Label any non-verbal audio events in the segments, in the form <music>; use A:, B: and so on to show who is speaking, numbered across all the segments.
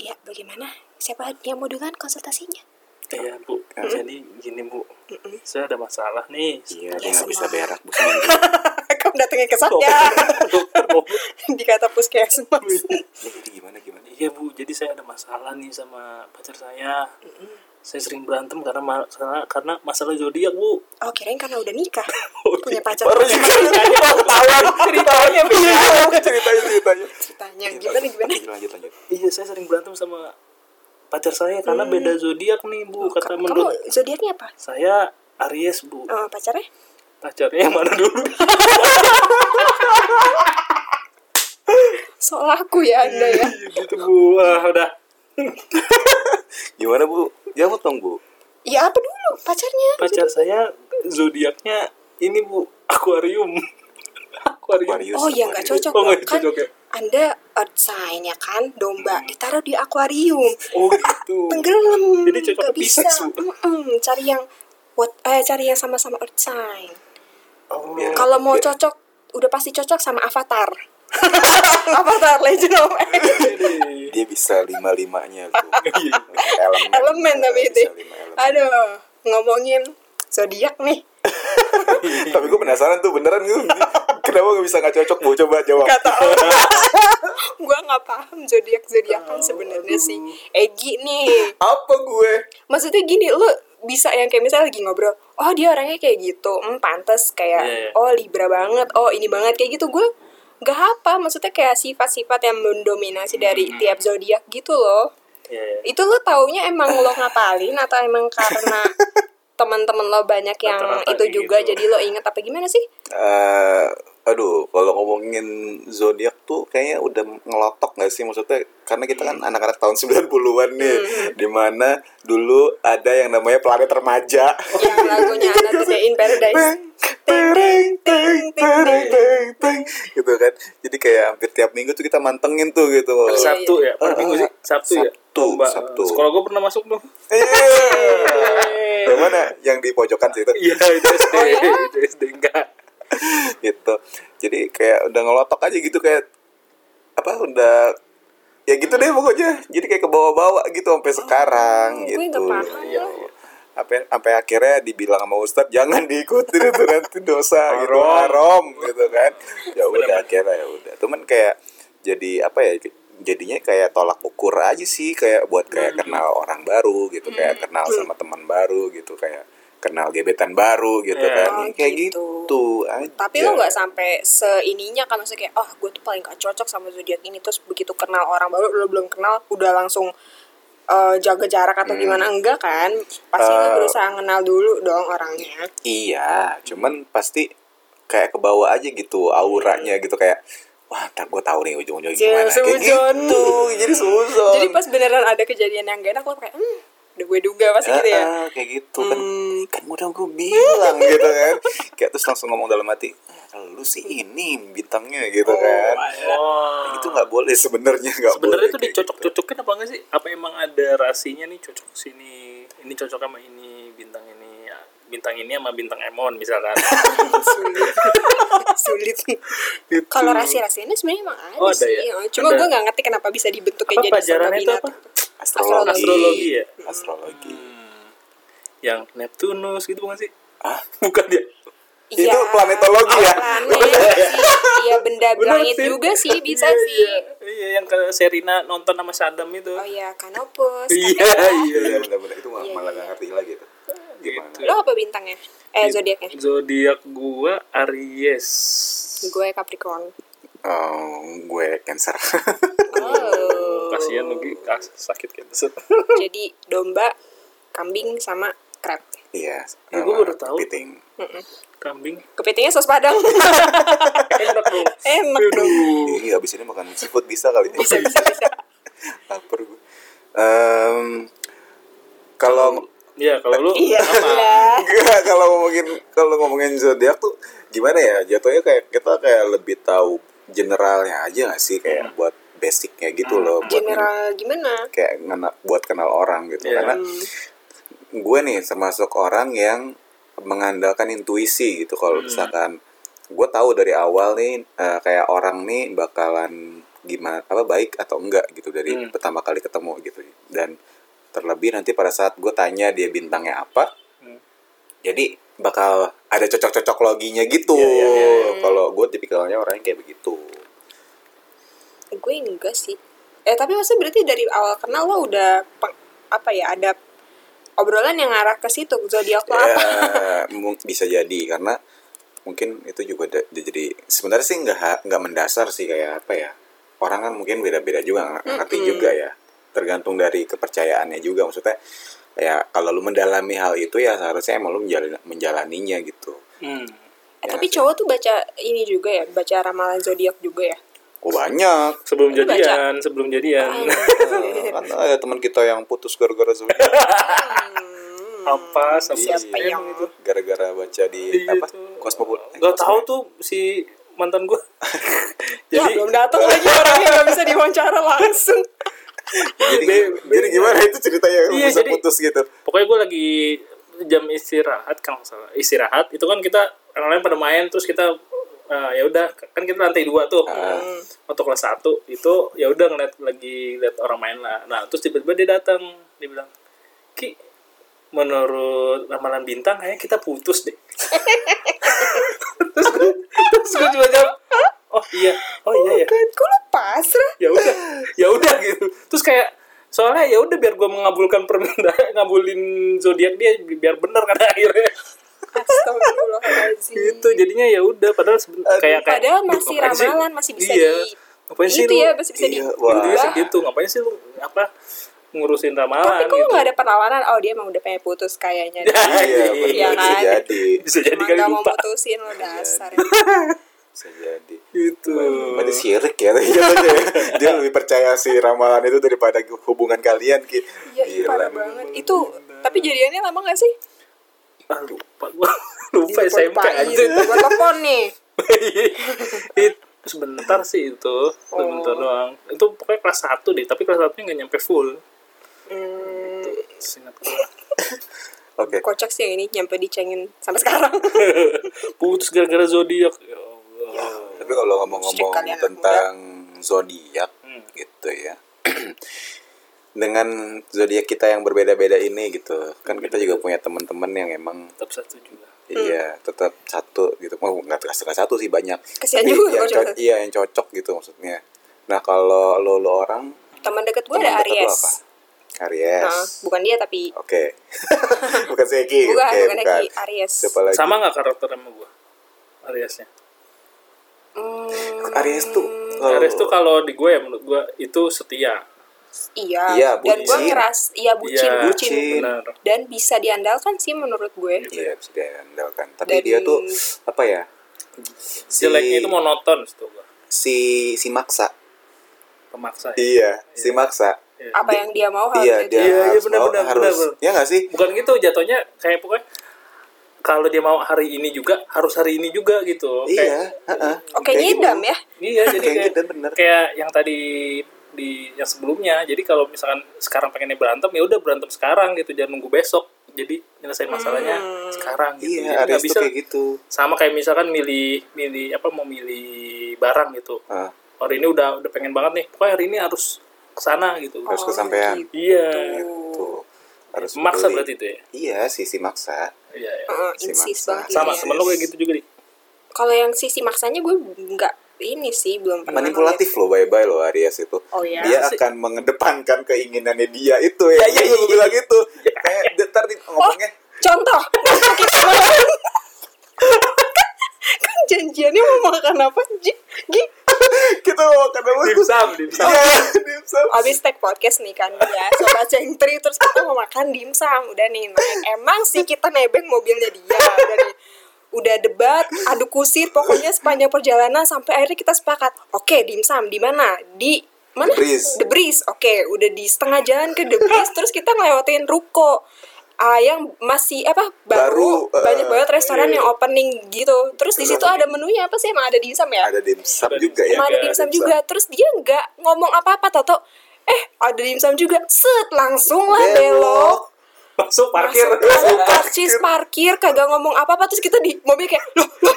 A: Ya, bagaimana? Siapa yang mau dengan konsultasinya?
B: <laughs> Iya bu, jadi gini bu, saya ada masalah nih.
A: Ya,
C: Iya, dia nggak bisa
A: semua.
C: berak bu seminggu.
A: Kamu datangnya ke
B: <laughs> Dokter,
A: saya
B: dokter, dokter.
A: di kata puskesmas.
C: Ya, jadi gimana gimana?
B: Iya bu, jadi saya ada masalah nih sama pacar saya. Saya sering berantem karena masalah karena masalah zodiak bu.
A: <laughs> Oh kirain karena udah
B: <laughs>
A: nikah
B: Oh,
A: punya pacar. Iya.
B: Baru sih
A: <laughs>
B: ketahuan ceritanya
C: ceritanya ceritanya.
A: Ceritanya gimana gimana?
C: Lanjut lanjut.
B: Iya, saya sering berantem sama pacar saya karena beda zodiak nih bu. Kata
A: Mm. Oh, Kamu
B: menurut
A: zodiaknya apa?
B: saya Aries bu.
A: Eh, pacarnya?
B: Pacarnya yang mana
A: <laughs>
B: dulu?
A: Soal aku ya anda ya.
B: Iya, gitu bu. Ah, udah.
C: Gimana bu? Jawab dong bu.
A: Ya apa dulu pacarnya?
B: Pacar saya zodiaknya ini bu <laughs> Aquarium. Aquarium.
C: Aquarius.
A: Oh ya nggak
C: Aquarius.
A: cocok
B: Oh,
A: dong.
B: nggak
A: kan.
B: cocok ya. Hmm.
A: Anda earth sign ya kan domba ditaruh di akuarium
B: Oh gitu.
A: tenggelam
B: Jadi cocok
A: nggak
B: ke
A: bisa
B: Pisces, Bu.
A: Mm-mm, cari yang what eh cari yang sama-sama earth sign
B: Oh,
C: Biar-
A: kalau mau
C: biar-
A: cocok udah pasti cocok sama avatar avatar legend of Aang.
B: jadi-
C: Dia bisa lima limanya bu. elemen.
A: <laughs> Iya. elemen tapi
C: Bisa
A: itu
C: lima elemen.
A: aduh ngomongin zodiak nih
C: Tapi gue penasaran tuh beneran
A: <laughs>
C: gitu. Kenapa gak bisa gak cocok bu? Coba jawab.
A: Gak tau Gue gak paham zodiak-zodiakan sebenarnya sih Egi nih
C: Apa gue?
A: Maksudnya gini, lu bisa yang kayak misalnya lagi ngobrol Oh dia orangnya kayak gitu, hmm, pantes kayak
B: Iya, iya.
A: Oh Libra banget, oh ini banget kayak gitu Gue gak apa, maksudnya kayak sifat-sifat yang mendominasi dari tiap zodiak gitu loh
B: Iya, iya.
A: Itu lu taunya emang lo ngapalin atau emang karena teman-teman lo banyak yang
B: Rata-rata
A: itu
B: kayak
A: juga
B: gitu.
A: jadi lo inget apa gimana sih?
C: Eh, aduh, kalau ngomongin zodiak tuh kayaknya udah ngelotok gak sih maksudnya? Karena kita
A: Hmm.
C: kan anak-anak tahun 90-an nih, dimana dulu ada yang namanya planet remaja.
A: Yang lagunya Anna the Day in Paradise
C: Tereng, tereng, tereng, tereng, tereng, gitu kan. Jadi kayak hampir tiap minggu tuh kita mantengin tuh gitu.
B: Per
A: Iya,
B: Sabtu ya, per
C: Ah,
B: minggu sih. Sabtu, ya.
C: Sabtu,
B: Lomba.
C: Sabtu.
B: Sekolah gue pernah masuk dong.
C: Iya. Yang mana? Yang di pojokan situ.
B: Iya, itu SD,
A: Oh, iya?
B: itu SD enggak.
C: <laughs> gitu jadi kayak udah ngelotok aja gitu kayak apa udah ya gitu deh pokoknya jadi kayak ke bawah-bawah gitu sampai sekarang
A: gue
C: gitu
A: Oh, nggak paham
C: Iya. sampai sampai akhirnya dibilang sama ustadz jangan diikuti itu nanti
B: <laughs>
C: dosa gitu
B: Haram.
C: haram gitu kan ya udah akhirnya ya udah cuman kayak jadi apa ya jadinya kayak tolak ukur aja sih kayak buat
A: Hmm.
C: kayak kenal orang baru gitu kayak kenal sama teman baru gitu kayak kenal gebetan baru gitu
B: Iya.
C: kan
A: Oh,
C: kayak
A: gitu.
C: gitu, aja.
A: Tapi lo nggak sampai seininya kan maksudnya kayak oh gue tuh paling gak cocok sama zodiak ini terus begitu kenal orang baru lo belum kenal udah langsung eh, jaga jarak atau gimana enggak kan pasti lo
C: Eh.
A: berusaha kenal dulu dong orangnya
C: Iya, cuman pasti kayak ke bawah aja gitu auranya gitu kayak wah ntar gue tahu nih ujung-ujungnya gimana
A: Jadi
C: kayak
A: suzon.
C: gitu jadi suzon
A: jadi pas beneran ada kejadian yang gak enak lo kayak hmm udah gue duga pasti gitu ya Hmm.
C: Ah, ah, kayak gitu kan kan udah gue
A: <laughs>
C: bilang gitu kan kayak terus langsung ngomong dalam hati "Ah, kalau lu sih ini bintangnya gitu kan
B: Oh.
C: itu nggak boleh sebenarnya nggak
B: Sebenarnya
C: boleh
B: itu
C: kayak gitu.
B: dicocok-cocokin apa enggak sih? Apa emang ada rasinya nih cocok sini, ini cocok sama ini, bintang ini, ya, bintang ini sama bintang Emon misalkan.
A: <laughs> sulit
B: <laughs>
A: sulit
B: Gitu.
A: kalau rasi rasinya sebenarnya emang ada,
B: Oh, ada
A: sih Iya,
B: ya?
A: cuma
B: Ada.
A: gue nggak ngerti kenapa bisa dibentuk kayak
B: Apa
A: jadi sama
B: pelajarannya itu apa?
A: binatang
C: astrologi
B: Astrologi ya?
C: astrologi
B: Hmm. Yang Neptunus gitu bukan sih? <laughs>
C: ah
B: Bukan ya? dia.
C: Itu planetologi ya?
B: <laughs>
A: planet Iya. sih. Iya benda
B: Bener
A: langit
B: sih.
A: juga sih bisa
B: Iya,
A: sih.
B: iya. Iya, yang ke Serina nonton sama Saddam itu.
A: Oh iya kanopus.
B: Iya,
A: Kanopus.
B: iya.
C: iya benar-benar itu nggak-
A: Iya,
C: malah nggak ngerti lagi tuh gimana
B: Gitu.
A: Lo apa bintangnya? Eh zodiaknya?
B: Zodiak gua Aries.
A: Gue Capricorn.
C: oh, gue cancer
A: Oh.
B: Kasihan lagi ah, sakit cancer.
A: Jadi domba, kambing sama crab.
C: <laughs> Iya.
B: Ya,
C: sama
B: gua baru tahu.
C: kepiting.
B: Kambing
A: Kepitingnya saus padang.
B: enak dong.
A: <laughs> Enak dong.
B: Aduh.
C: Iya, abis ini makan seafood bisa kali ini.
A: Bisa bisa bisa.
C: <laughs> Lapar gue. Em, kalau
B: Iya, kalau lu
A: Iya.
B: sama.
A: lah.
C: Enggak, kalau ngomongin kalau ngomongin zodiak tuh gimana ya? Jatuhnya kayak kita kayak lebih tahu generalnya aja gak sih kayak buat basicnya gitu loh, buat ngen-
A: General gimana? Hmm.
C: kayak ngena- buat kenal orang gitu.
B: Iya.
C: Karena gue nih termasuk orang yang mengandalkan intuisi
B: Hmm.
C: gitu kalau misalkan gue tahu dari awal nih eh, kayak orang nih bakalan gimana apa baik atau enggak gitu dari
B: Hmm.
C: pertama kali ketemu gitu dan terlebih nanti pada saat gue tanya dia bintangnya apa
B: Hmm.
C: jadi bakal ada cocok-cocok loginya gitu
B: Iya, iya, iya,
C: kalau gue tipikalnya orangnya kayak begitu
A: gue enggak sih eh tapi maksudnya berarti dari awal kenal lo udah peng- apa ya ada obrolan yang ngarah ke situ zodiak
B: Iya,
A: lo apa
C: ya mung- bisa jadi karena mungkin itu juga da- da- jadi sebenarnya sih nggak ha- nggak mendasar sih kayak apa ya orang kan mungkin beda-beda juga nggak ngerti
A: Mm-mm.
C: juga ya tergantung dari kepercayaannya juga maksudnya ya kalau lu mendalami hal itu ya seharusnya emang lu menjala- menjalaninya gitu
B: Hmm.
A: Eh, tapi cowok tuh baca ini juga ya baca ramalan zodiak juga ya
C: kok banyak
B: Sebelum
A: Lu baca.
B: jadian, sebelum jadian.
C: Eh, kan ada teman kita yang putus gara-gara zodiak.
A: Hmm.
B: <laughs> Apa sama
A: Siapa yang-
B: Emang itu?
C: gara-gara baca di
B: Iya,
C: apa
B: itu.
C: kosmopol eh,
B: Gak tahu
C: Cosmo-
B: tuh si mantan gue.
A: ya
B: Jadi
A: belum datang
B: <laughs>
A: lagi orangnya nggak bisa diwawancara langsung
C: jadi, jadi gimana itu ceritanya
B: Iya,
C: bisa
B: jadi-
C: putus gitu
B: pokoknya gue lagi jam istirahat kalau nggak salah istirahat itu kan kita orang lain pada main terus kita eh, ya udah kan kita lantai dua tuh untuk kelas satu itu ya udah ngeliat lagi lihat orang main lah nah terus tiba-tiba dia datang dia bilang ki menurut ramalan bintang kayaknya kita putus deh <laughs> terus gue terus gue cuma jawab oh iya oh iya ya
A: kan kok lo pasrah
B: ya
A: <laughs>
B: udah ya udah gitu terus kayak soalnya ya udah biar gue mengabulkan permintaan <laughs> ngabulin zodiak dia bi- biar bener kan <laughs> akhirnya
A: Astagfirullahaladzim
B: gitu jadinya ya udah padahal seben- kayak kayak
A: Iya. Padahal
B: "Duh,
A: masih
B: ngapain sih?"
A: ramalan, masih bisa
B: iya.
A: di-
B: ngapain sih
A: itu
B: lu
A: ya masih bisa di
C: Iya, wah.
B: Intinya sih
A: Wah.
B: gitu ngapain sih lu apa ngurusin ramalan
A: tapi kok
B: gitu
A: nggak ada perlawanan oh dia emang udah pengen putus kayaknya
C: iya
B: <laughs> Iya,
A: kan?
C: benar bisa jadi
B: bisa jadi
A: Emang
B: kali
A: gak mau
B: lupa
A: mutusin lo dasar
C: bisa jadi
B: gitu
C: berarti syirik ya <laughs> tadi jatuhnya ya. dia lebih percaya si ramalan itu daripada hubungan kalian ki
A: Iya, iya,
C: Gila.
A: parah banget. Itu, tapi jadiannya lama gak sih?
B: ah lupa gua <laughs> lupa
A: Iya,
B: SMP anjir
A: Gue telepon nih.
B: <laughs> It- sebentar sih itu
A: Oh.
B: sebentar doang itu pokoknya kelas 1 deh tapi kelas satunya nggak nyampe full
A: Hmm,
B: Seingat gua.
C: oke
A: kocak sih yang ini nyampe dicengin sampai sekarang. <laughs>
B: putus gara-gara zodiak ya Allah
C: tapi kalau ngomong-ngomong
A: Syirik kalian anak
C: tentang zodiak
B: Hmm.
C: gitu ya <clears throat> dengan zodiak kita yang berbeda-beda ini gitu kan kita juga punya teman-teman yang emang
B: tetap satu juga
A: Hmm.
C: Iya, tetap satu gitu. Mau nggak nggak setengah satu sih banyak.
A: Kesian
C: Tapi
A: juga
C: yang
A: kalau
C: co-
A: satu.
C: Iya, yang cocok gitu maksudnya. Nah, kalau lo lo orang
A: Teman deket gue
C: teman
A: ada
C: dekat lo
A: Aries.
C: apa? Aries.
A: Nah, bukan dia tapi
C: Oke. <laughs> bukan si Eki.
A: bukan,
C: Oke,
A: bukan lagi Aries.
C: Siapa lagi?
B: sama nggak karakter sama gua Ariasnya
A: Hmm,
C: Aries tuh. Oh. kalau-
B: Aries tuh kalau di gue ya menurut gue itu setia
A: iya.
C: Iya,
A: Dan gue
C: bucin.
A: ngeras, iya bucin,
B: Iya,
A: bucin.
C: bucin.
B: benar
A: Dan bisa diandalkan sih menurut gue.
C: Iya, bisa diandalkan. Tapi
A: Dan-
C: dia tuh apa ya? Si
B: jeleknya itu monoton itu gua
C: si si maksa.
B: pemaksa ya.
C: Iya, si maksa.
A: Apa yang dia mau
C: Iya,
A: harus
C: dia
A: itu.
B: Iya, iya,
C: harus
B: benar,
C: mau-
B: benar,
C: harus.
B: benar, benar.
C: Iya nggak sih?
B: bukan gitu jatuhnya kayak pokoknya kalau dia mau hari ini juga harus hari ini juga gitu
C: Iya,
B: Kayak-
C: heeh.
A: Oke,
C: Kayak gitu.
A: ngidam ya.
C: <laughs>
B: Iya, jadi
C: Kayak
B: kayak,
C: gitu, bener.
B: kayak yang tadi di yang sebelumnya. Jadi kalau misalkan sekarang pengennya berantem ya udah berantem sekarang gitu, jangan nunggu besok. Jadi nyelesain masalahnya sekarang gitu.
C: Iya,
B: Jadi nggak
C: Aries tuh
B: bisa
C: kayak gitu.
B: sama kayak misalkan milih milih apa mau milih barang gitu.
C: Ah,
B: Hari ini udah udah pengen banget nih. Pokoknya hari ini harus ke sana gitu.
C: harus kesampaian.
A: gitu.
B: Iya.
C: Tuh, harus
B: Maksa
C: peduli.
B: berarti itu ya.
C: Iya, sisi maksa.
B: Iya, iya.
A: Heeh,
C: Si
A: insist
C: maksa.
A: banget.
B: Sama
A: dia.
B: sama lo kayak gitu juga nih.
A: Kalau yang sisi maksanya gue nggak ini sih belum pernah.
C: Manipulatif loh, bye-bye loh Aries itu.
A: Oh, iya.
C: Dia
B: Sih.
C: akan mengedepankan keinginannya dia itu ya. Iya, iya, bilang gitu. Kayak
A: Iya.
C: dia ntar di- ngomongnya
A: Contoh. kan, kan janjiannya mau makan apa? Ji? Gi?
C: kita mau makan apa?
B: Dimsum, dimsum.
C: Iya, dimsum.
A: Abis tag podcast nih kan dia Sobat Cengtri terus kita mau makan dimsum Udah nih naik Emang sih kita nebeng mobilnya dia Udah nih udah debat adu kusir pokoknya sepanjang perjalanan sampai akhirnya kita sepakat oke dimsum di mana di mana
C: Debris.
A: Debris. oke udah di setengah jalan ke Debris terus kita ngelewatin ruko ah, yang masih apa baru,
C: Baru, eh,
A: banyak banget restoran yang
B: iya.
A: opening gitu terus di situ ada menunya apa sih emang ada dimsum ya
C: Ada dimsum juga ya.
A: Emang ada
B: Ada
A: dimsum
C: dimsum.
A: juga terus dia nggak ngomong apa-apa Toto eh ada dimsum juga set langsung lah belok
B: masuk parkir <laughs>
A: Lalu parcis parkir kagak ngomong apa-apa terus kita di mobil kayak loh loh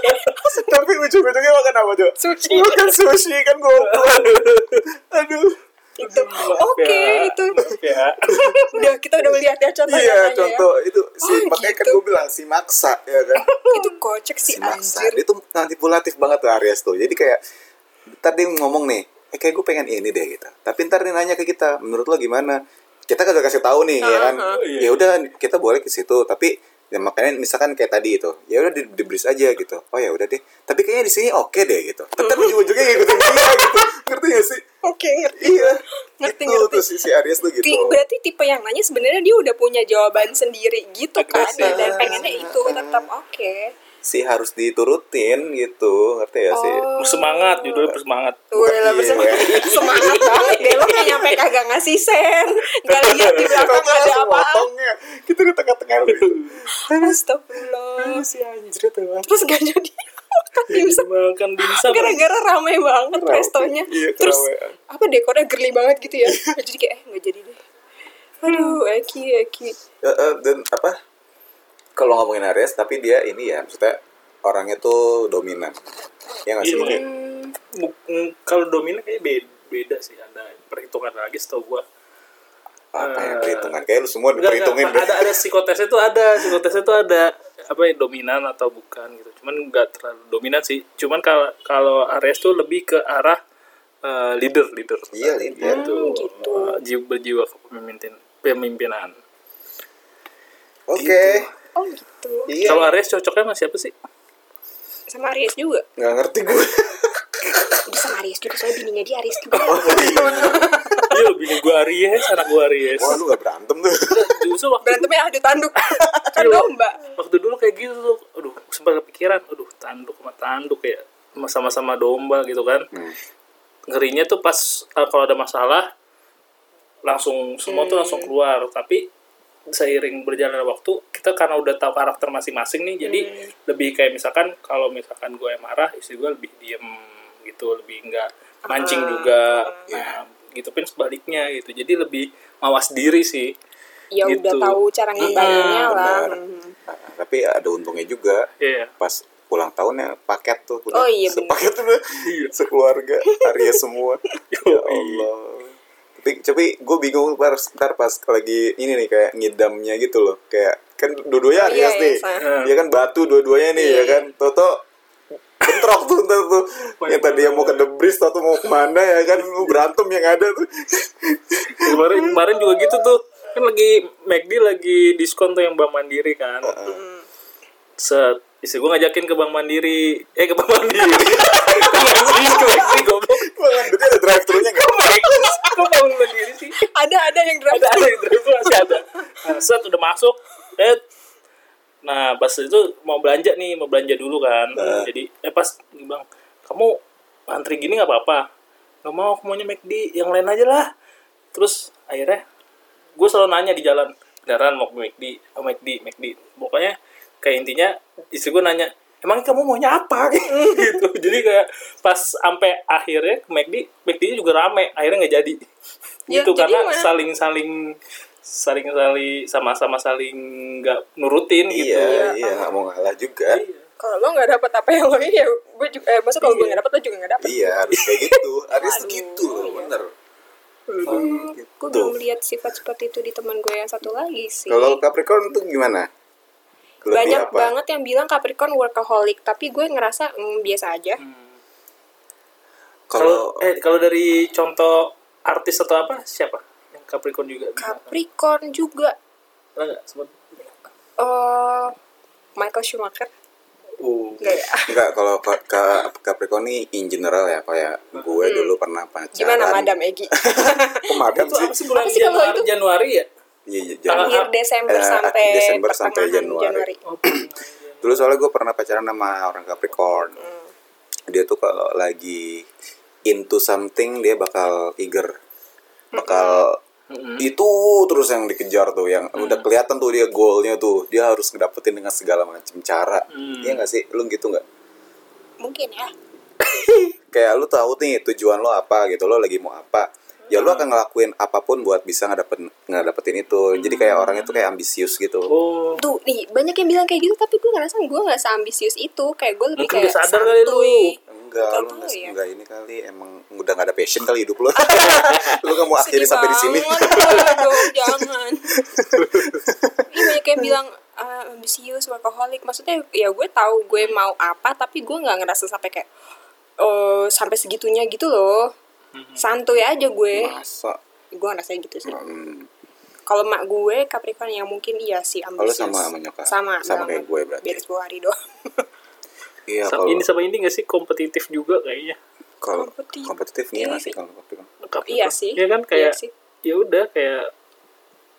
C: <laughs> Tapi ujung-ujungnya makan apa tuh?
A: Sushi.
C: Bukan sushi
A: <laughs>
C: kan goblok. Aduh.
A: itu gitu. oke
C: <laughs>
A: itu
B: ya
A: udah kita udah melihat ya contoh
C: Iya, contoh itu si
A: Oh,
C: makanya kan
A: gitu.
C: gue bilang si maksa ya kan.
A: itu kocak sih
C: si maksa.
A: anjir
C: Dia tuh manipulatif banget tuh Aries tuh. Jadi kayak tadi ngomong nih, eh kayak gue pengen ini deh gitu. Tapi ntar dia nanya ke kita, menurut lo gimana? Kita kagak kasih tahu nih ya kan.
A: Ah,
B: ah. Iya.
C: Ya udah kita boleh ke situ, tapi ya makanya misalkan kayak tadi itu ya udah di, di breeze aja gitu oh ya udah deh tapi kayaknya di sini oke deh gitu tapi tapi ujung-ujungnya ngikutin dia gitu ngerti gak sih
A: oke ngerti
C: iya
A: Ngerti,
C: itu
A: ngerti.
C: tuh si, si Aries tuh gitu
A: Ti- berarti tipe yang nanya sebenarnya dia udah punya jawaban sendiri gitu kan
B: Agresif.
A: dan pengennya itu tetap oke
C: si harus diturutin gitu ngerti ya sih
A: Oh.
B: bersemangat judulnya bersemangat
A: Udah lah
C: Iya.
A: bersemangat Semangat banget deh Lo kayak nyampe kagak ngasih sen Gak lihat di belakang
C: Tau nggak
A: Iya, ada
C: langsung
A: apa
C: motongnya. kita di tengah-tengah
A: Astagfirullah
C: si anjir tuh
A: Terus gak jadi <laughs> makan dimsum
B: makan dimsum
A: Gara-gara ramai banget
C: Ramai.
A: restonya
C: Iya,
A: Terus
C: keramaian.
A: apa dekornya girly banget gitu ya Jadi kayak eh gak jadi deh Aduh Eki Eki
C: Eh, eh, dan apa kalau ngomongin Aries tapi dia ini ya maksudnya orangnya tuh dominan ya nggak
B: Iya.
C: sih mungkin
A: Hmm,
B: Bu- mm, kalau dominan kayak beda, beda sih ada perhitungan lagi setahu gua
C: apa ya
B: Eh,
C: perhitungan kayak lu semua
B: Enggak, enggak,
C: diperhitungin
B: ada ada psikotesnya tuh ada psikotesnya tuh ada apa ya dominan atau bukan gitu cuman nggak terlalu dominan sih cuman kalau kalau Aries tuh lebih ke arah eh, leader leader
C: iya Lin.
B: itu jiwa berjiwa kepemimpinan pemimpinan
C: oke
A: Oh gitu
C: iya
B: kalau Aries cocoknya sama siapa
C: <laughs>
B: sih
A: Sama Aries juga
C: nggak ngerti
B: <laughs>
C: gue
A: Udah sama Aries juga Soalnya bininya dia Aries juga
C: <laughs> Oh,
B: iya bini gua Aries anak gua Aries
C: wah lu nggak berantem tuh <laughs>
B: justru waktu
A: Berantemnya adu tanduk Kan domba
B: waktu dulu kayak gitu tuh aduh sempat kepikiran aduh tanduk sama tanduk ya sama-sama domba gitu kan ngerinya tuh pas eh, kalau ada masalah langsung semua tuh langsung keluar tapi seiring berjalannya waktu kita karena udah tahu karakter masing-masing nih jadi lebih kayak misalkan kalau misalkan gue yang marah istri gue lebih diem gitu lebih enggak mancing juga nah, gitu pun sebaliknya gitu jadi lebih mawas diri sih
A: Ya udah
B: Gitu.
A: tahu cara ngembalinnya lah
C: benar.
A: Mhm.
C: Nah, tapi ada untungnya juga
B: Iya.
C: pas ulang tahunnya paket tuh <laughs> udah
A: Oh, iya, bener. Iya.
C: sepaket udah sekeluarga Aries
A: <laughs>
C: semua ya Allah tapi tapi gue bingung ntar, ntar pas lagi ini nih kayak ngidamnya gitu loh kayak kan dua-duanya
A: Oh,
C: Aries
A: iya, iya,
C: nih
A: saya.
C: ya kan batu dua-duanya nih ya kan Toto bentrok tuh ntar tuh yang tadi yang mau
A: iya.
C: ke debris atau mau kemana ya kan lu berantem yang ada tuh <laughs>
B: kemarin kemarin juga gitu tuh kan lagi McD lagi diskon tuh yang Bank Mandiri kan set istri gue ngajakin ke Bank Mandiri eh ke Bank Mandiri <laughs> ke McD ke McD goblok
C: Wah, berarti ada drive thru-nya nggak?
A: Iya,
B: kok Bank Mandiri sih
A: Ada ada yang drive
B: ada ada di drive masih ada nah, set udah masuk eh nah pas itu mau belanja nih mau belanja dulu kan jadi eh pas bang kamu antri gini nggak apa-apa nggak mau aku maunya McD yang lain aja lah terus akhirnya gue selalu nanya di jalan beneran mau ke McD oh, McD McD pokoknya kayak intinya istri gue nanya emang kamu maunya apa <laughs> gitu jadi kayak pas sampai akhirnya ke McD McD nya juga rame akhirnya nggak jadi
A: Ya,
B: gitu
A: jadi
B: karena
A: mana-
B: saling saling saling saling sama-sama saling nggak nurutin gitu
C: iya iya nggak mau ngalah juga
A: kalau lo nggak dapat apa yang lo ini ya gue juga eh masa kalau gue nggak dapat lo juga nggak dapat
C: Iya harus kayak gitu Harus gitu loh bener gitu.
A: gue belum lihat sifat seperti itu di teman gue yang satu lagi sih
C: Kalau Capricorn tuh gimana? Lebih
A: banyak
C: apa?
A: banget yang bilang Capricorn workaholic tapi gue ngerasa mm, biasa aja
C: Kalau
B: kalau eh kalau dari contoh artis atau apa siapa yang Capricorn juga
A: Capricorn juga
B: Ada nggak sempat
A: eh Michael Schumacher
B: oh
A: Nggak
C: <laughs>
A: ya?
C: Enggak kalau ka- ka- Capricorn nih in general ya Kayak gue dulu pernah pacaran
A: Hmm. gimana Madam Egi
C: <laughs> Eh, Kok madam
B: itu
C: sih?
B: apa sih bulan
A: Apa sih kalau
B: Januari,
A: itu?
B: Januari ya
C: Iya, iya, jangan.
A: akhir Desember
C: Eh,
A: sampai
C: Desember
A: pertengahan
C: sampai Januari.
B: Oh.
C: Dulu soalnya gue pernah pacaran sama orang Capricorn Dia tuh kalau lagi into something dia bakal eager Bakal itu terus yang dikejar tuh yang udah kelihatan tuh dia goalnya tuh dia harus ngedapetin dengan segala macam cara iya nggak sih lu gitu nggak
A: mungkin ya
C: kayak lu tahu nih tujuan lo apa gitu lo lagi mau apa ya lu akan ngelakuin apapun buat bisa ngedapetin ngedapetin itu jadi kayak orang itu kayak ambisius gitu
B: oh
A: Tuh, nih, banyak yang bilang kayak gitu, tapi gue ngerasa gue gak seambisius itu. Kayak gue lebih
B: Mungkin
A: kayak
B: dia sadar kali lu.
A: santuy.
C: enggak
A: Nggak
C: lu
A: tahu
C: nggak
A: ya.
C: nggak ini kali emang udah nggak ada passion kali hidup
A: <laughs>
C: lo lu gak mau akhiri
A: Sedih
C: sampai di sini
A: banget, aduh,
C: <laughs>
A: jangan. Ini banyak yang bilang ah, ambisius, workaholic. Maksudnya ya gue tahu gue mau apa, tapi gue nggak ngerasa sampai kayak eh, sampai segitunya gitu loh.
B: Mm-hmm.
A: Santuy aja gue.
C: masa
B: Iya.
A: Gue ngerasa gitu sih.
C: Hmm.
A: Kalau mak gue Capricorn yang mungkin iya sih
C: Kalau
A: ambisius.
C: Oh, sama sama nyokap.
A: Sama,
C: Sama kayak gue berarti.
A: Beda 10 hari doang.
C: Iya
B: Sa-
C: kalau
B: ini sama ini gak sih kompetitif juga kayaknya
C: kalau
A: kompetitif.
C: kompetitif
A: Iya
C: nih
A: sih.
C: sih kalau kompetitif.
B: Kapten.
A: Iya sih.
B: Iya kan
A: Iya
B: kayak
A: sih.
B: ya udah kayak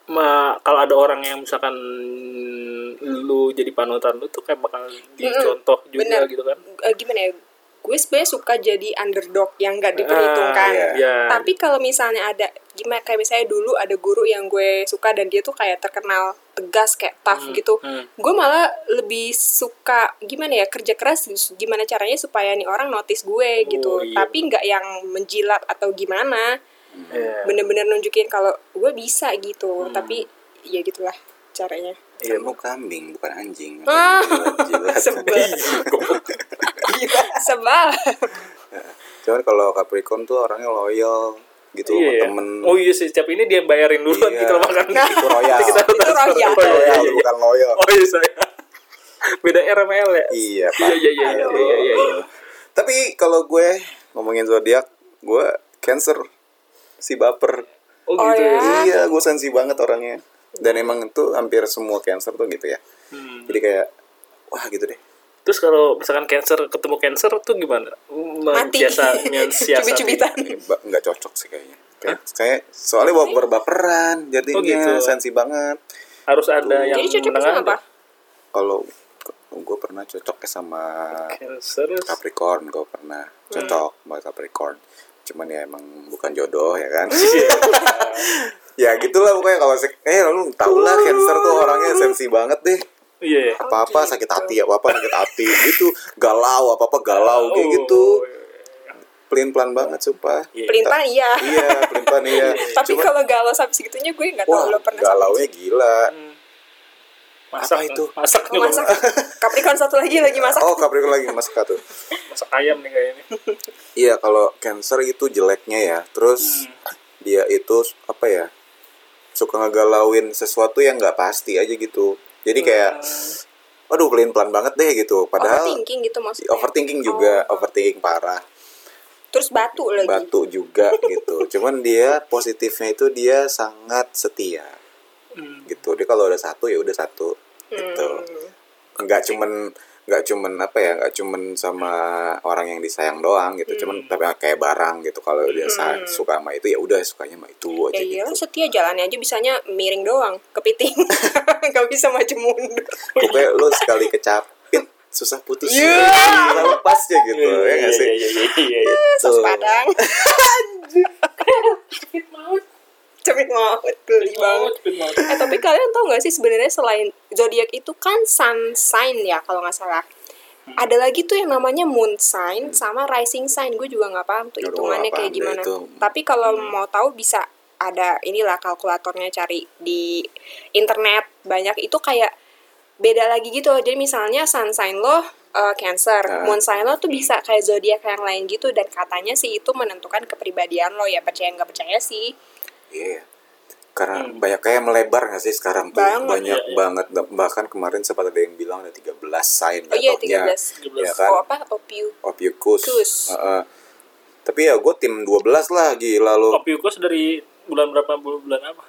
B: ma kalau ada orang yang misalkan lu jadi panutan lu tuh kayak bakal dicontoh juga
A: bener.
B: gitu kan.
A: Eh, gimana ya gue sebenarnya suka jadi underdog yang gak diperhitungkan
B: Ah, iya.
A: tapi kalau misalnya ada gimana kayak misalnya dulu ada guru yang gue suka dan dia tuh kayak terkenal tegas kayak tough gitu
B: hmm.
A: gue malah lebih suka gimana ya kerja keras gimana caranya supaya nih orang notice gue gitu
B: iya.
A: tapi nggak yang menjilat atau gimana
B: Iya.
A: bener-bener nunjukin kalau gue bisa gitu
B: Hmm.
A: tapi ya gitulah caranya
B: Iya,
C: Kamu kambing bukan anjing.
A: Ah.
C: Jilat.
A: sebel
B: Iya.
A: <laughs> sebel
C: Cuman kalau Capricorn tuh orangnya loyal gitu sama
B: Iya.
C: temen.
B: Oh iya sih, tiap ini dia bayarin dulu
C: Iya.
B: kita makan.
A: Nah,
C: Itu
B: <laughs>
C: royal.
B: Kita
A: Itu royal.
B: Oh iya,
C: Loyal,
B: iya, iya.
C: bukan loyal.
B: Oh iya saya. Beda RML ya.
C: Iya, Pak.
B: Iya iya iya iya iya. iya, iya.
C: Tapi kalau gue ngomongin zodiak, gue Cancer si baper.
B: Oh
A: Oh,
B: gitu ya.
A: ya? Ah.
C: Iya, gue sensi banget orangnya. Dan emang itu hampir semua Cancer tuh gitu ya.
B: Hmm.
C: Jadi kayak wah gitu deh.
B: Terus kalau misalkan cancer ketemu cancer tuh gimana? Hmm,
A: mati
B: Mensiasa-
A: <laughs>
B: mensiasati.
A: cubit-cubitan
C: Ini ba- nggak cocok sih kayaknya. Kayak, kayak soalnya baper baperan jadinya
B: Iya. Oh, gitu.
C: sensi banget.
B: Harus ada yang
A: jadi cocok
B: menengah
A: sama apa
B: deh.
C: Kalau gue pernah cocoknya sama
B: Cancer.
C: Capricorn gue pernah
B: Hmm.
C: cocok sama Capricorn cuman ya emang bukan jodoh ya kan
B: Iya.
C: <laughs> ya gitulah pokoknya kalau se- eh lu tau lah cancer tuh orangnya sensi banget deh
B: Iya. ya.
C: apa apa sakit
A: gitu.
C: hati apa apa sakit hati gitu galau apa apa galau kayak
B: Oh,
C: gitu pelin pelan banget sumpah
B: iya.
A: pelintan iya
C: iya pelin pelan iya
A: tapi
C: Cuman,
A: kalau galau sampai segitunya gue nggak
C: wah
A: tahu lo pernah Hmm.
C: galau nya gila
B: Masak
C: Apa itu?
B: Masak
A: sampai-
B: nih
A: Oh, masak Capricorn satu lagi lagi masak
C: oh Capricorn lagi masuk kartu
B: Bang. masak ayam nih kayaknya.
C: Iya kalau cancer itu jeleknya ya. Terus
A: Hmm.
C: dia itu apa ya? Suka ngegalauin sesuatu yang nggak pasti aja gitu. Jadi kayak, aduh pelin pelan banget deh gitu.
A: Hmm.
C: Padahal iya,
A: overthinking gitu maksudnya Oh.
C: overthinking juga, overthinking parah,
A: terus batu lagi
C: batu
B: <laughs>
C: juga gitu. Cuman dia positifnya itu dia sangat setia
B: Hmm.
C: gitu. Dia kalau ada satu ya udah satu gitu.
B: Hmm.
C: Nggak cuman nggak cuman apa ya nggak cuman sama orang yang disayang doang gitu
B: Hmm.
C: cuman tapi kayak barang gitu kalau dia sa- suka sama itu ya udah sukanya sama itu
A: ya
C: aja
A: iya
C: gitu
A: setia jalannya aja bisanya miring doang
C: <laughs>
A: kepiting nggak bisa maju mundur
C: pokoknya lu sekali kecapit susah putus
A: Iya.
C: Susah lepas aja gitu ya nggak sih
B: Iya iya iya iya. iya.
C: Tuh.
A: Terus
C: <laughs>
A: padang cepet maut geli banget
B: Iya,
A: eh tapi kalian tau gak sih sebenarnya selain zodiak itu kan sun sign ya kalau nggak salah
C: Hmm.
A: ada lagi tuh yang namanya moon sign sama rising sign gue juga nggak paham tuh
C: Aduh,
A: hitungannya
C: nggak
A: kayak
C: paham deh
A: gimana
C: itu. Hmm.
A: tapi kalau mau tahu bisa ada inilah kalkulatornya cari di internet banyak itu kayak beda lagi gitu jadi misalnya sun sign lo eh, cancer
C: Ah.
A: moon sign lo tuh bisa kayak zodiak yang lain gitu dan katanya sih itu menentukan kepribadian lo ya percaya nggak percaya sih
C: Iya. Karena banyak kayak melebar nggak sih sekarang tuh
A: Banget.
C: banyak
B: Iya, iya.
C: banget bahkan kemarin sempat ada yang bilang ada 13 sign
A: Oh iya,
C: jatuhnya.
A: 13.
C: Ya kan?
A: oh apa opiu
C: Ophiuchus.
A: Kus.
C: Heeh. Tapi ya gue tim 12 lah gila lu.
B: Opiukus dari bulan berapa bulan, bulan apa?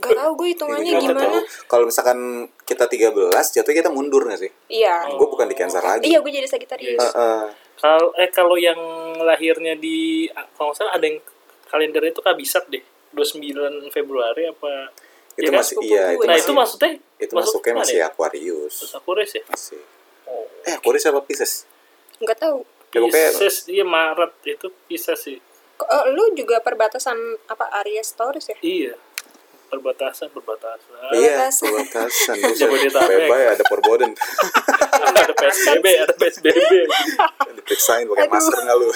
A: Gak tau gue hitungannya
C: Ini gua nggak
A: gimana.
C: tahu. Kalau misalkan kita 13 jatuhnya kita mundur gak sih?
A: Iya.
C: Gue bukan di cancer lagi.
A: Iya gue jadi Sagittarius.
C: Heeh.
B: Kalau eh kalau yang lahirnya di kalau nggak salah ada yang kalender itu kabisat deh. 29 Februari apa ya
C: Itu
B: kan?
C: masih iya,
A: sepupu
C: itu
A: gue.
B: Nah, itu
C: masih
B: maksudnya
C: itu masuknya
B: mana
C: masih
B: ya?
C: Aquarius.
B: Aquarius ya?
C: Masih.
B: Oh.
C: Eh, Aquarius apa Pisces?
A: Gak tau.
C: Ya, pokoknya-
B: Pisces, iya Maret itu Pisces sih.
A: Kok, eh, lu juga perbatasan apa Aries Taurus ya?
B: Iya. Perbatasan, perbatasan.
C: Iya, <laughs>
A: Perbatasan.
C: perbatasan.
B: Jabodetabek.
C: Bebas ada Perboden.
B: ada PSBB, ada PSBB.
C: diperiksain pakai
A: Aduh.
C: masker nggak né, lu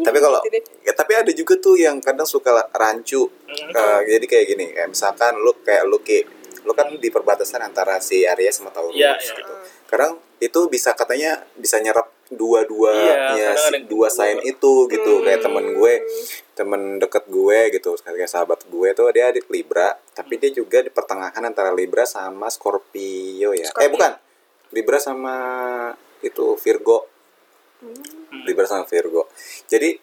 C: tapi kalau
A: Gitu deh.
C: ya, tapi ada juga tuh yang kadang suka la- rancu
B: Hmm.
C: Eh, jadi kayak gini kayak misalkan lu kayak lu Ki, lu kan di perbatasan antara si Aries sama Taurus
B: Iya, iya.
C: gitu kadang itu bisa katanya bisa nyerap dua-dua
B: Iya,
C: ya,
B: kadang
C: si-
B: ada- Hmm.
C: dua sign itu gitu kayak temen gue temen deket gue gitu kayak sahabat gue tuh dia adik Libra
B: Hmm.
C: tapi dia juga di pertengahan antara Libra sama Scorpio ya eh
A: Scorpio.
C: bukan Libra sama itu Virgo
B: Hmm.
C: Libra sama Virgo jadi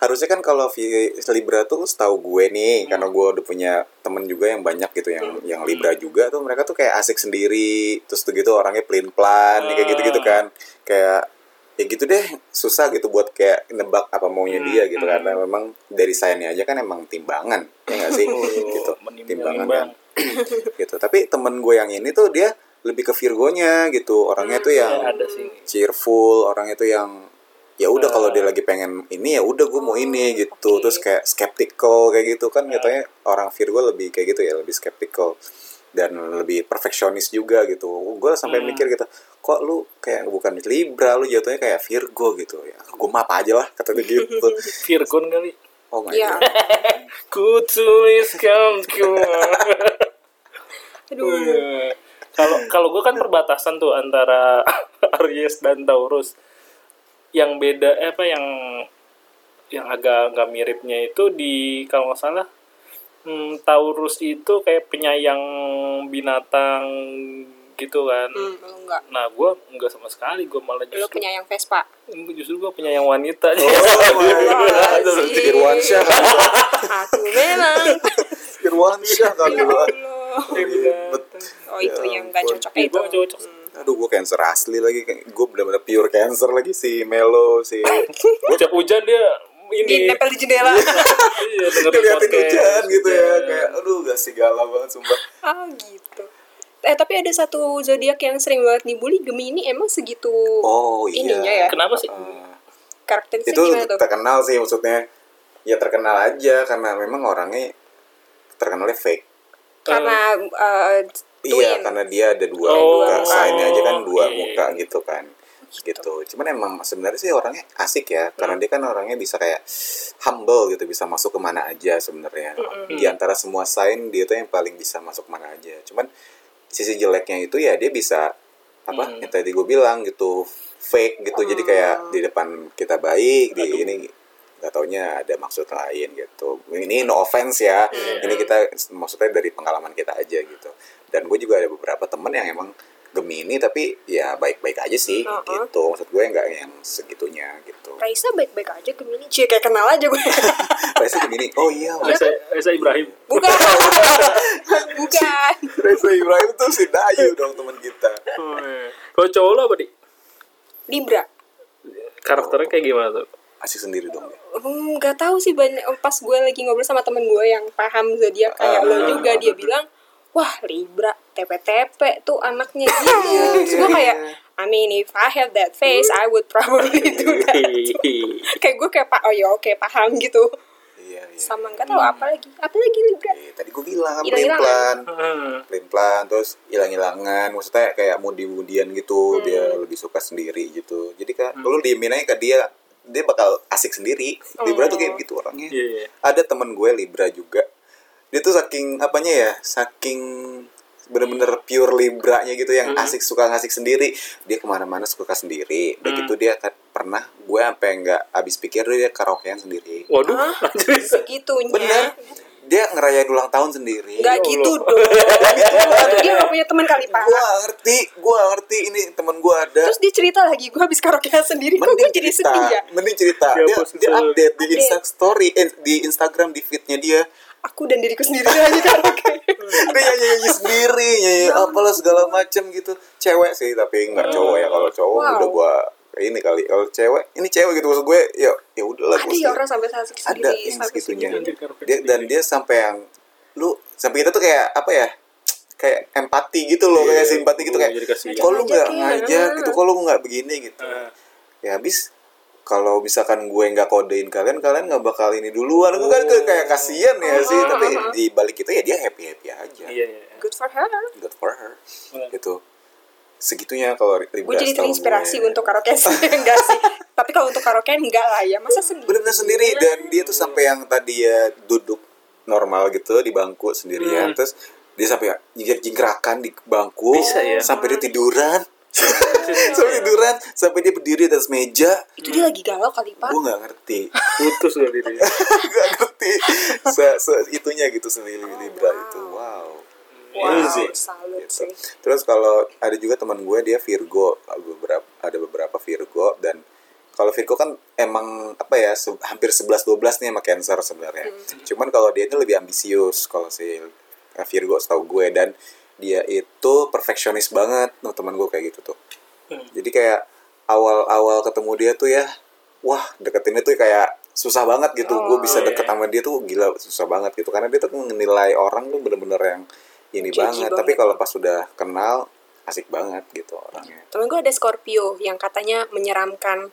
C: harusnya kan kalau Vi- Libra tuh setahu gue nih karena gue udah punya temen juga yang banyak gitu yang yang Libra juga tuh mereka tuh kayak asik sendiri terus tuh gitu orangnya pelin pelan kayak gitu gitu kan kayak ya gitu deh susah gitu buat kayak nebak apa maunya dia gitu karena memang dari sayangnya aja kan emang timbangan ya nggak sih
B: <laughs>
C: gitu timbangan kan
B: Menimbang.
C: gitu tapi temen gue yang ini tuh dia lebih ke Virgonya gitu orangnya tuh yang
B: Ya, Ada sih.
C: cheerful orangnya tuh yang ya udah kalau dia
A: Ah.
C: lagi pengen ini ya udah gue mau ini gitu terus kayak skeptical kayak gitu
A: Ah.
C: kan katanya orang Virgo lebih kayak gitu ya lebih skeptical dan lebih perfeksionis juga gitu gue sampai
A: Hmm.
C: mikir gitu kok lu kayak bukan Libra lu jatuhnya kayak Virgo gitu ya gue mah apa aja lah kata dia
A: <laughs>
C: gitu
B: Virgon kali.
C: oh my
A: Iya.
C: god
B: Ku tuliskan
C: <laughs>
B: ku. Oh, iya.
A: Aduh.
B: Kalau kalau gue kan perbatasan tuh antara <laughs> Aries dan Taurus. Yang beda eh, apa yang yang agak agak miripnya itu di kalau nggak salah hmm, Taurus itu kayak penyayang binatang gitu kan.
A: Hmm, lu enggak.
B: Nah gue nggak sama sekali gue malah
A: Lu
B: justru
A: penyayang Vespa.
B: Enggak, justru gue penyayang <laughs>
C: Oh,
B: wanita
C: iya,
A: Astagfirullahaladzim.
C: Firwansyah
A: <laughs> Aku memang.
C: Firwansyah kali
A: Ya
C: lu.
A: Allah.
C: Bet-
A: Oh itu
C: Ya
A: yang enggak
C: ampun.
A: cocok
B: Gue
A: itu.
B: Iya, cocok
C: aduh gue cancer asli lagi gue bener-bener pure cancer lagi si Melo
A: <laughs>
C: si Hmm.
B: Hujan-hujan dia
A: Di
B: ini
A: nempel di jendela.
B: <laughs>
A: <laughs>
B: Iya, dengerin
C: ngeliatin
B: podcast.
C: hujan gitu
A: Iya.
C: ya
B: Hujan.
C: kayak aduh gak sih galau banget sumpah
A: Ah gitu. Eh tapi ada satu zodiak yang sering banget dibully Gemini emang segitu
C: oh iya
A: ininya ya.
B: Kenapa sih?
C: Eh,
A: Karakteristiknya
C: itu
A: gimana tuh?
C: terkenal sih maksudnya ya terkenal aja karena memang orangnya terkenalnya fake
A: Karena eh, twin.
C: iya karena dia ada dua
B: Oh.
C: muka sign-nya aja kan dua
B: Iya.
C: muka gitu kan gitu cuman emang sebenarnya sih orangnya asik ya
A: Hmm.
C: karena dia kan orangnya bisa kayak humble gitu bisa masuk kemana aja sebenarnya
A: Hmm.
C: di antara semua sign dia tuh yang paling bisa masuk kemana aja cuman sisi jeleknya itu ya dia bisa apa
B: Hmm.
C: yang tadi gue bilang gitu fake gitu jadi kayak di depan kita baik di ini nggak taunya ada maksud lain gitu ini no offense ya ini kita maksudnya dari pengalaman kita aja gitu dan gue juga ada beberapa temen yang emang gemini tapi ya baik-baik aja sih
A: Uh-uh.
C: gitu maksud gue nggak yang segitunya gitu
A: Raisa baik-baik aja Gemini. Cie kayak kenal aja gue.
C: <laughs>
A: <laughs>
C: Reza gemini oh iya
B: Reza, Reza Ibrahim. <laughs>
A: Bukan. Bukan.
C: Reza Ibrahim tuh si Dayu dong temen kita
B: Oh, Kalau cowok lo apa di?
A: Libra.
B: Karakternya kayak gimana tuh?
C: asik sendiri dong dia.
A: Hmm, nggak tahu sih banyak pas gue lagi ngobrol sama temen gue yang paham zodiak kayak
B: Ah,
A: lo juga dia bilang wah Libra tepe-tepe tuh anaknya
B: <laughs>
A: gitu
B: Iya,
A: terus gue kayak I mean if I have that face I would probably <laughs> do that
B: <laughs> Iya,
A: kayak gue kayak pak oh ya oke paham gitu
C: iya iya
A: sama nggak tahu apa lagi apa lagi Libra
C: Eh, tadi gue bilang
A: Hilang-hilangan.
C: pelan
B: Hmm.
C: pelan-pelan terus hilang-hilangan maksudnya kayak mudi-mudian gitu dia lebih suka sendiri gitu jadi kan lu diemin aja ke dia dia bakal asik sendiri Libra tuh kayak gitu orangnya
B: Iya, iya.
C: ada temen gue Libra juga dia tuh saking apanya ya saking bener-bener pure Libranya gitu yang asik suka ngasik sendiri dia kemana-mana suka sendiri udah gitu dia kan pernah gue sampai nggak habis pikir dia karaokean sendiri
B: Waduh, lanjut.
A: segitunya
C: bener dia ngerayain ulang tahun sendiri
A: nggak
B: Ya
A: gitu
B: Allah.
A: dong
B: <laughs>
A: dia nggak punya teman kali pak
C: gue ngerti gue ngerti ini temen gue ada
A: terus dia cerita lagi gue habis karaokean sendiri kok gue jadi
C: cerita
A: sedih ya
C: mending cerita
B: Dia
C: dia,
B: post
C: dia
B: story.
C: update di
A: Update.
C: insta story eh, di instagram di feednya dia
A: aku dan diriku sendiri lagi
C: <laughs>
A: karaoke
C: dia nyanyi nyanyi sendiri nyanyi
A: Ya
C: apalah segala macem gitu cewek sih tapi nggak cowok ya kalau cowok
A: Hmm. Wow.
C: udah gua ini kali kalau cewek ini cewek gitu maksud gue ya ya udahlah
A: ada
C: gua
A: ya
C: sendiri.
A: orang sampai saat segini
C: ada yang
A: sampai
C: segitunya
A: segini.
B: segitunya.
C: dia dan dia sampai yang lu sampai kita tuh kayak apa ya kayak empati gitu loh kayak
B: Iya,
C: simpati gitu
B: gua
C: kayak
B: jadi kasihan.
C: kok lu nggak
A: Ngajakin,
C: ngajak
A: ah.
C: gitu kok lu nggak begini gitu
B: Ah.
C: ya habis kalau misalkan gue nggak kodein kalian kalian nggak bakal ini duluan gue kan
B: Oh.
C: kayak- kayak kasihan
A: Ah.
C: ya sih tapi di balik itu ya dia happy happy aja
B: Iya, iya. iya.
A: Good for her.
C: good for her
B: Bener.
C: gitu segitunya kalau Libra
A: Gue jadi
C: setahu
A: terinspirasi
C: gue.
A: untuk karaoke sih <laughs> enggak sih. Tapi kalau untuk karaoke enggak lah ya. Masa sendiri?
C: bener-bener sendiri dan dia tuh sampai yang tadi ya duduk normal gitu di bangku sendirian terus dia sampai jingkrak-jingkrakan di bangku
B: Bisa ya.
C: sampai dia tiduran <laughs> sampai tiduran sampai dia berdiri di atas meja
A: Itu dia lagi galau kali Pak.
C: gue nggak ngerti <laughs>
B: Putus gue diri.
C: nggak ngerti se, se- itunya gitu sendiri Libra itu wow
A: Wow,
B: Iya sih.
A: salut
C: gitu.
A: sih.
C: Terus kalau ada juga teman gue dia Virgo, beberapa ada beberapa Virgo dan kalau Virgo kan emang apa ya se- hampir 11 12 nih sama Cancer sebenarnya.
A: Hmm.
C: Cuman kalau dia itu lebih ambisius kalau si eh, Virgo setahu gue dan dia itu perfeksionis banget. Nah, teman gue kayak gitu tuh.
B: Hmm.
C: Jadi kayak awal-awal ketemu dia tuh ya wah deketinnya tuh kayak susah banget gitu gue
A: Oh.
C: bisa deket sama dia tuh gila susah banget gitu karena dia tuh menilai orang tuh bener-bener yang ini
A: Jijik
C: banget.
A: banget.
C: Tapi kalau pas sudah kenal asik banget gitu orangnya.
A: Temen gue ada Scorpio yang katanya menyeramkan,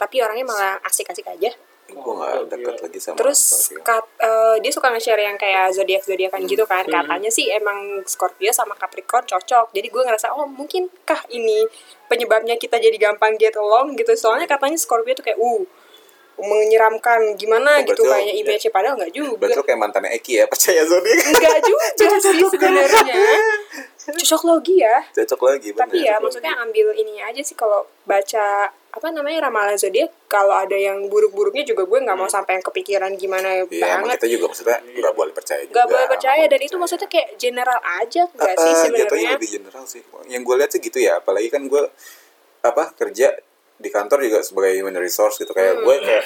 A: tapi orangnya malah asik-asik aja.
C: Gue
B: Oh,
C: nggak deket
B: iya.
C: lagi sama
A: Terus
C: Scorpio.
A: kat, eh, dia suka nge-share yang kayak zodiak-zodiakan gitu kan.
C: Hmm.
A: Katanya sih emang Scorpio sama Capricorn cocok. Jadi gue ngerasa oh mungkinkah ini penyebabnya kita jadi gampang get along gitu. Soalnya katanya Scorpio tuh kayak uh menyeramkan gimana
C: Oh,
A: gitu
C: berarti lo-
A: kayaknya image padahal nggak <laughs>
C: Berarti
A: juga.
C: lo kayak mantannya Eki ya <laughs> percaya zodiak
A: Enggak
C: <laughs>
A: juga sih sebenarnya. Cocok logi ya.
C: cocok lagi bener.
A: Tapi ya maksudnya ambil ininya aja sih kalau baca apa namanya ramalan zodiak kalau ada yang buruk-buruknya juga gue nggak mau sampai yang kepikiran gimana
C: Hmm. Iya emang
A: banget.
C: kita juga maksudnya nggak boleh percaya juga.
A: Gak boleh percaya dan
C: Nggak boleh
A: itu
C: percaya.
A: maksudnya kayak general aja gak
C: Eh,
A: sih
C: eh,
A: sebenarnya?
C: <laughs> jatuhnya lebih general sih. Yang gue lihat sih gitu ya. Apalagi kan gue apa kerja di kantor juga sebagai human resource gitu
A: Hmm.
C: kayak gue kayak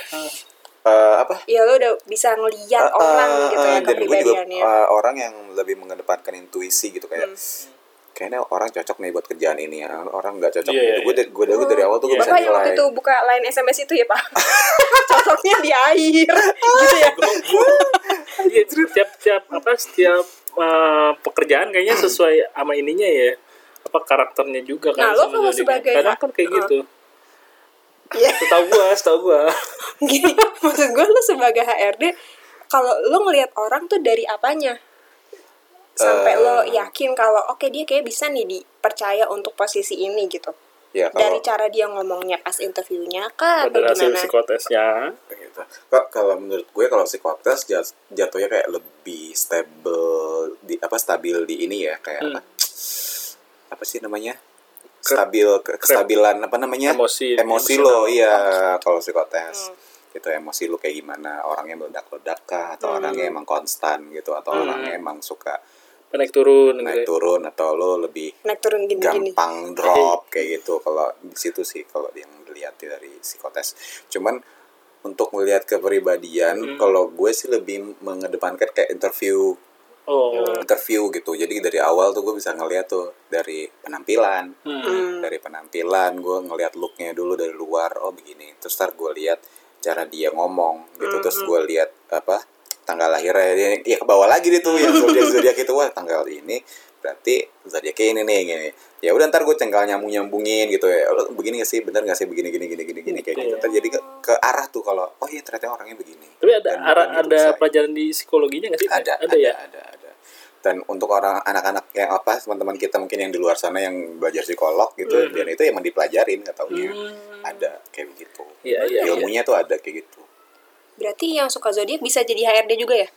C: eh, apa
A: Ya lo udah bisa ngeliat
C: Ah,
A: orang
C: ah,
A: gitu ya Hmm.
C: ah, dan gue juga
A: kepribadiannya.
C: ah, orang yang lebih mengedepankan intuisi gitu kayak kayaknya orang cocok nih buat kerjaan ini ah, orang nggak cocok
B: Iya, iya,
C: gue dari, gue dari, awal tuh gue bisa
A: Bapak Oh, iya. yang waktu
C: nilai
A: itu buka line SMS itu ya
C: <laughs>
A: pak? Cocoknya di air gitu ya.
B: Iya, setiap setiap apa setiap eh, pekerjaan kayaknya
A: Hmm.
B: sesuai sama ininya ya. Apa karakternya juga
A: Nah,
B: kan.
A: lo
B: sama
A: kalau
B: jadinya.
A: sebagai-
B: kadang kan kayak
A: Heeh.
B: gitu.
A: Iya.
B: Setahu gua, setahu gua.
A: Gini, maksud gue lo sebagai HRD kalau lo ngelihat orang tuh dari apanya sampai lo
C: Uh.
A: yakin kalau oke dia kayak bisa nih dipercaya untuk posisi ini gitu
C: ya
A: dari
C: kalau
A: cara dia ngomongnya pas interviewnya kah atau
B: Pada hasil
A: gimana
B: psikotesnya.
C: gitu. Kok kalau menurut gue kalau psikotes jat- jatuhnya kayak lebih stable di apa stabil di ini ya kayak apa apa sih namanya stabil ke- kestabilan apa namanya
B: Emosi.
C: emosi lo iya kalau psikotes gitu emosi lo kayak gimana orangnya meledak-ledak kah atau orangnya emang konstan gitu atau orangnya emang suka
B: Naik turun
C: naik
B: gitu.
C: turun atau lo lebih
A: naik turun gini-gini
C: gampang drop kayak gitu kalau di situ sih kalau yang dilihat dari psikotes cuman untuk melihat kepribadian kalau gue sih lebih mengedepankan kayak interview
B: Oh.
C: interview gitu jadi dari awal tuh gue bisa ngeliat tuh dari penampilan
B: Hmm.
C: dari penampilan gue ngeliat looknya dulu dari luar oh begini terus ntar gue lihat cara dia ngomong gitu terus
B: Hmm.
C: gue lihat apa tanggal lahirnya dia ya ke bawah lagi deh tuh ya zodiak zodiak itu wah tanggal ini berarti zodiaknya ini nih gini ya udah ntar gue cengkal nyambung nyambungin gitu ya lo begini gak sih bener gak sih begini gini gini gini gini kayak
B: Iya.
C: gitu Ntar jadi ke, ke arah tuh kalau oh iya ternyata orangnya begini
B: Tapi ada
C: Dan
B: arah,
C: bukan itu
B: ada
C: saya
B: pelajaran di psikologinya nggak sih?
C: ada ada
B: ya.
C: ada ada dan untuk orang anak-anak yang apa teman-teman kita mungkin yang di luar sana yang belajar psikolog gitu
B: Hmm.
C: dan itu emang dipelajarin nggak taunya ada kayak begitu
B: Iya, Hmm. iya, iya.
C: ilmunya tuh ada kayak gitu
A: berarti yang suka zodiak bisa jadi HRD juga ya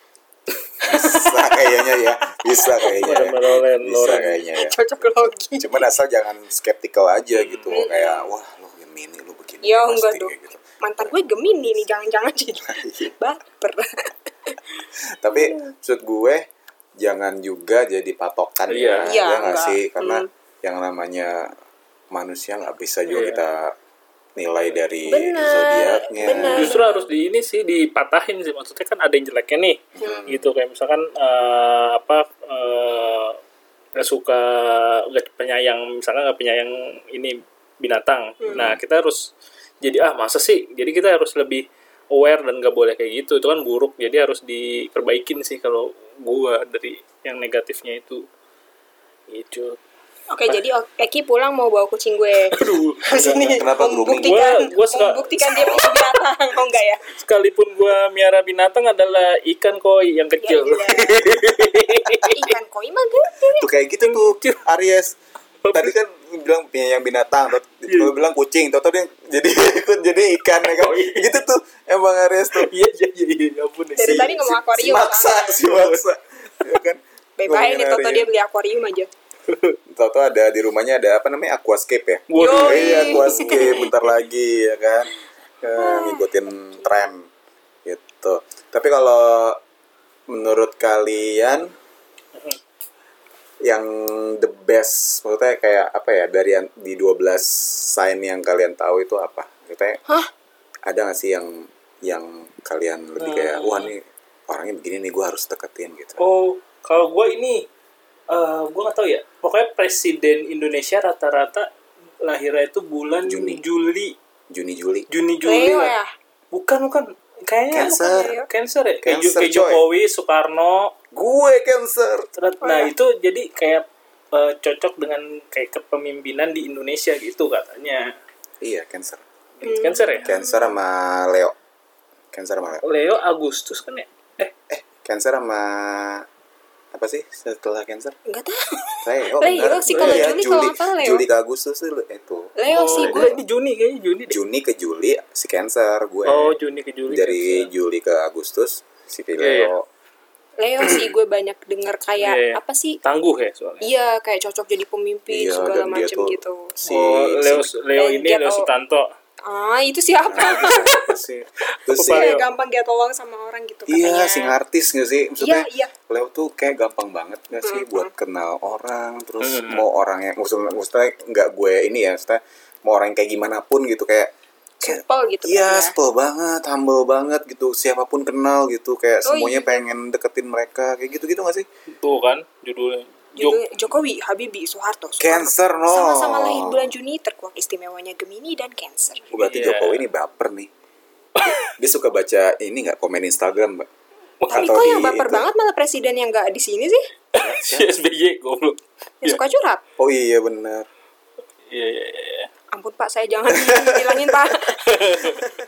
C: bisa <laughs> kayaknya ya bisa kayaknya ya.
B: Sama Loren,
C: bisa
B: Loren.
C: kayaknya <laughs> ya
A: cocok logi
C: cuman asal jangan skeptikal aja gitu
B: Hmm.
C: kayak wah lo gemini lo begini
A: ya
C: pasti,"
A: enggak dong
C: kayak gitu. Iya.
A: mantan gue gemini nih jangan-jangan
C: <laughs>
A: jadi baper
C: tapi
A: Iya.
C: maksud gue jangan juga jadi patokan
B: Iya.
C: ya
A: Iya,
C: ya nggak
A: enggak.
C: sih karena yang namanya manusia nggak bisa juga
B: Iya.
C: kita nilai dari
A: Benar,
C: zodiaknya
A: benar.
B: justru harus di ini sih dipatahin sih maksudnya kan ada yang jeleknya nih gitu kayak misalkan eh, apa eh, nggak suka nggak penyayang misalkan nggak penyayang ini binatang nah kita harus jadi ah masa sih jadi kita harus lebih aware dan nggak boleh kayak gitu itu kan buruk jadi harus diperbaikin sih kalau gua dari yang negatifnya itu Gitu.
A: Oke, jadi O- Eki pulang mau bawa kucing
C: <laughs>
A: gue
B: Aduh.
A: ke sini.
C: Iya, Kenapa grooming?
A: membuktikan,
B: Gua- gua suka-
A: membuktikan dia punya binatang. Oh enggak
C: <laughs>
A: ya?
B: Sekalipun gua miara binatang adalah ikan koi yang
A: Ya,
B: kecil.
A: iya.
C: Iya.
A: Ikan koi mah gede.
C: Tuh kayak gitu tuh Aries. Tadi kan bilang punya yang binatang, tot-
B: Iya.
C: gua bilang kucing, toto dia jadi <laughs> ikut jadi ikan ya kan. Gitu tuh emang Aries tuh.
B: Oh, Iya iya iya iya ya ampun.
A: Dari tadi ngomong
C: Si
A: akuarium. kan?
C: maksa,
A: soalnya.
C: si maksa.
B: <laughs>
C: Ya kan.
A: Bye-bye nih
C: Ngomongin
A: Toto
C: Aries.
A: dia beli akuarium aja.
C: Toto ada di rumahnya ada apa namanya aquascape ya?
B: Waduh.
A: Yoi.
C: Iya
B: <laughs>
C: aquascape bentar lagi ya kan Eh, ngikutin tren gitu. Tapi kalau menurut kalian
B: Mm-hmm.
C: yang the best maksudnya kayak apa ya dari yang, di 12 sign yang kalian tahu itu apa? Maksudnya
A: Hah?
C: ada gak sih yang yang kalian lebih kayak wah nih orangnya begini nih gue harus deketin gitu.
B: <laughs> Hmm. Oh, kalau gua ini eh gua nggak tahu ya. Pokoknya presiden Indonesia rata-rata lahirnya itu bulan
C: Juni.
B: Juli.
C: Juni Juli.
B: Juni Juli
A: Leo ya?
B: lah.
A: Iya.
B: Bukan bukan. Kayaknya
C: Cancer.
A: Leo.
B: bukan. Cancer ya. Kayak Jo-
C: Cancer,
B: kayak
C: coy.
B: Jokowi, Soekarno,
C: Gue cancer.
B: Terus-
A: Oh,
B: nah
A: iya.
B: itu jadi kayak eh, cocok dengan kayak kepemimpinan di Indonesia gitu katanya
C: Iya cancer.
A: Hmm.
B: cancer ya
C: Cancer sama Leo. Cancer sama Leo.
B: Leo Agustus kan ya eh
C: Eh, Cancer sama apa sih setelah Cancer?
A: Enggak tahu.
C: Leo.
A: Leo
C: bener.
A: sih, kalau
C: Iya,
A: Juli kalau nggak salah Leo.
C: Juli ke Agustus sih lu- itu.
A: Leo
B: oh,
A: sih
B: enggak,
A: gue.
B: ini Juni kayaknya Juni deh.
C: Juni ke Juli si Cancer gue.
B: oh Juni ke Juli kan,
C: Dari
B: Cancer.
C: Juli ke Agustus si Leo.
B: Iya, iya.
A: Leo sih gue banyak dengar kayak
B: Iya, iya.
A: apa sih?
B: tangguh ya soalnya
A: Iya, kayak cocok jadi pemimpin
C: Iya,
A: segala
C: dan dia
A: macam
C: tuh
A: gitu.
C: si
B: oh Leo
C: si-
B: Leo
A: Eh,
B: ini
A: dia
B: Leo
A: tahu.
B: Sutanto
A: Ah, itu
C: <laughs>
A: siapa?
C: Apa sih? Terus si-
B: Apa
A: Kayak
B: Leo?
A: gampang dia tolong sama orang gitu
C: Iya,
A: katanya.
C: sing artis gak sih? Maksudnya
A: Iya, iya.
C: Leo tuh kayak gampang banget gak sih buat kenal orang, terus mau orang yang maksudnya, maksudnya nggak gue ini ya, maksudnya mau orang yang kayak gimana pun gitu kayak kayak-
A: Simple gitu kan
C: Iya,
A: ya.
C: simple banget, humble banget gitu. Siapapun kenal gitu, kayak
A: Oh,
C: semuanya
A: iya.
C: pengen deketin mereka, kayak gitu-gitu gak sih?
B: tuh kan judulnya Jok
A: Judulnya Jokowi, Habibie, Soeharto. Soekarno.
C: Cancer no.
A: Sama-sama lahir bulan Juni, terkuak istimewanya Gemini dan Cancer.
C: Oh, Berarti
B: Iya.
C: Jokowi ini baper nih. Dia- Dia suka baca ini nggak komen Instagram, Mbak.
A: Tapi
C: Atau
A: kok
C: di
A: yang baper
C: itu.
A: banget malah presiden yang gak di sini sih?
B: <laughs> SBY goblok
A: Yang suka curhat.
C: Oh iya bener.
B: iya iya iya
C: <laughs>
A: Ampun Pak, saya jangan dibilangin Pak.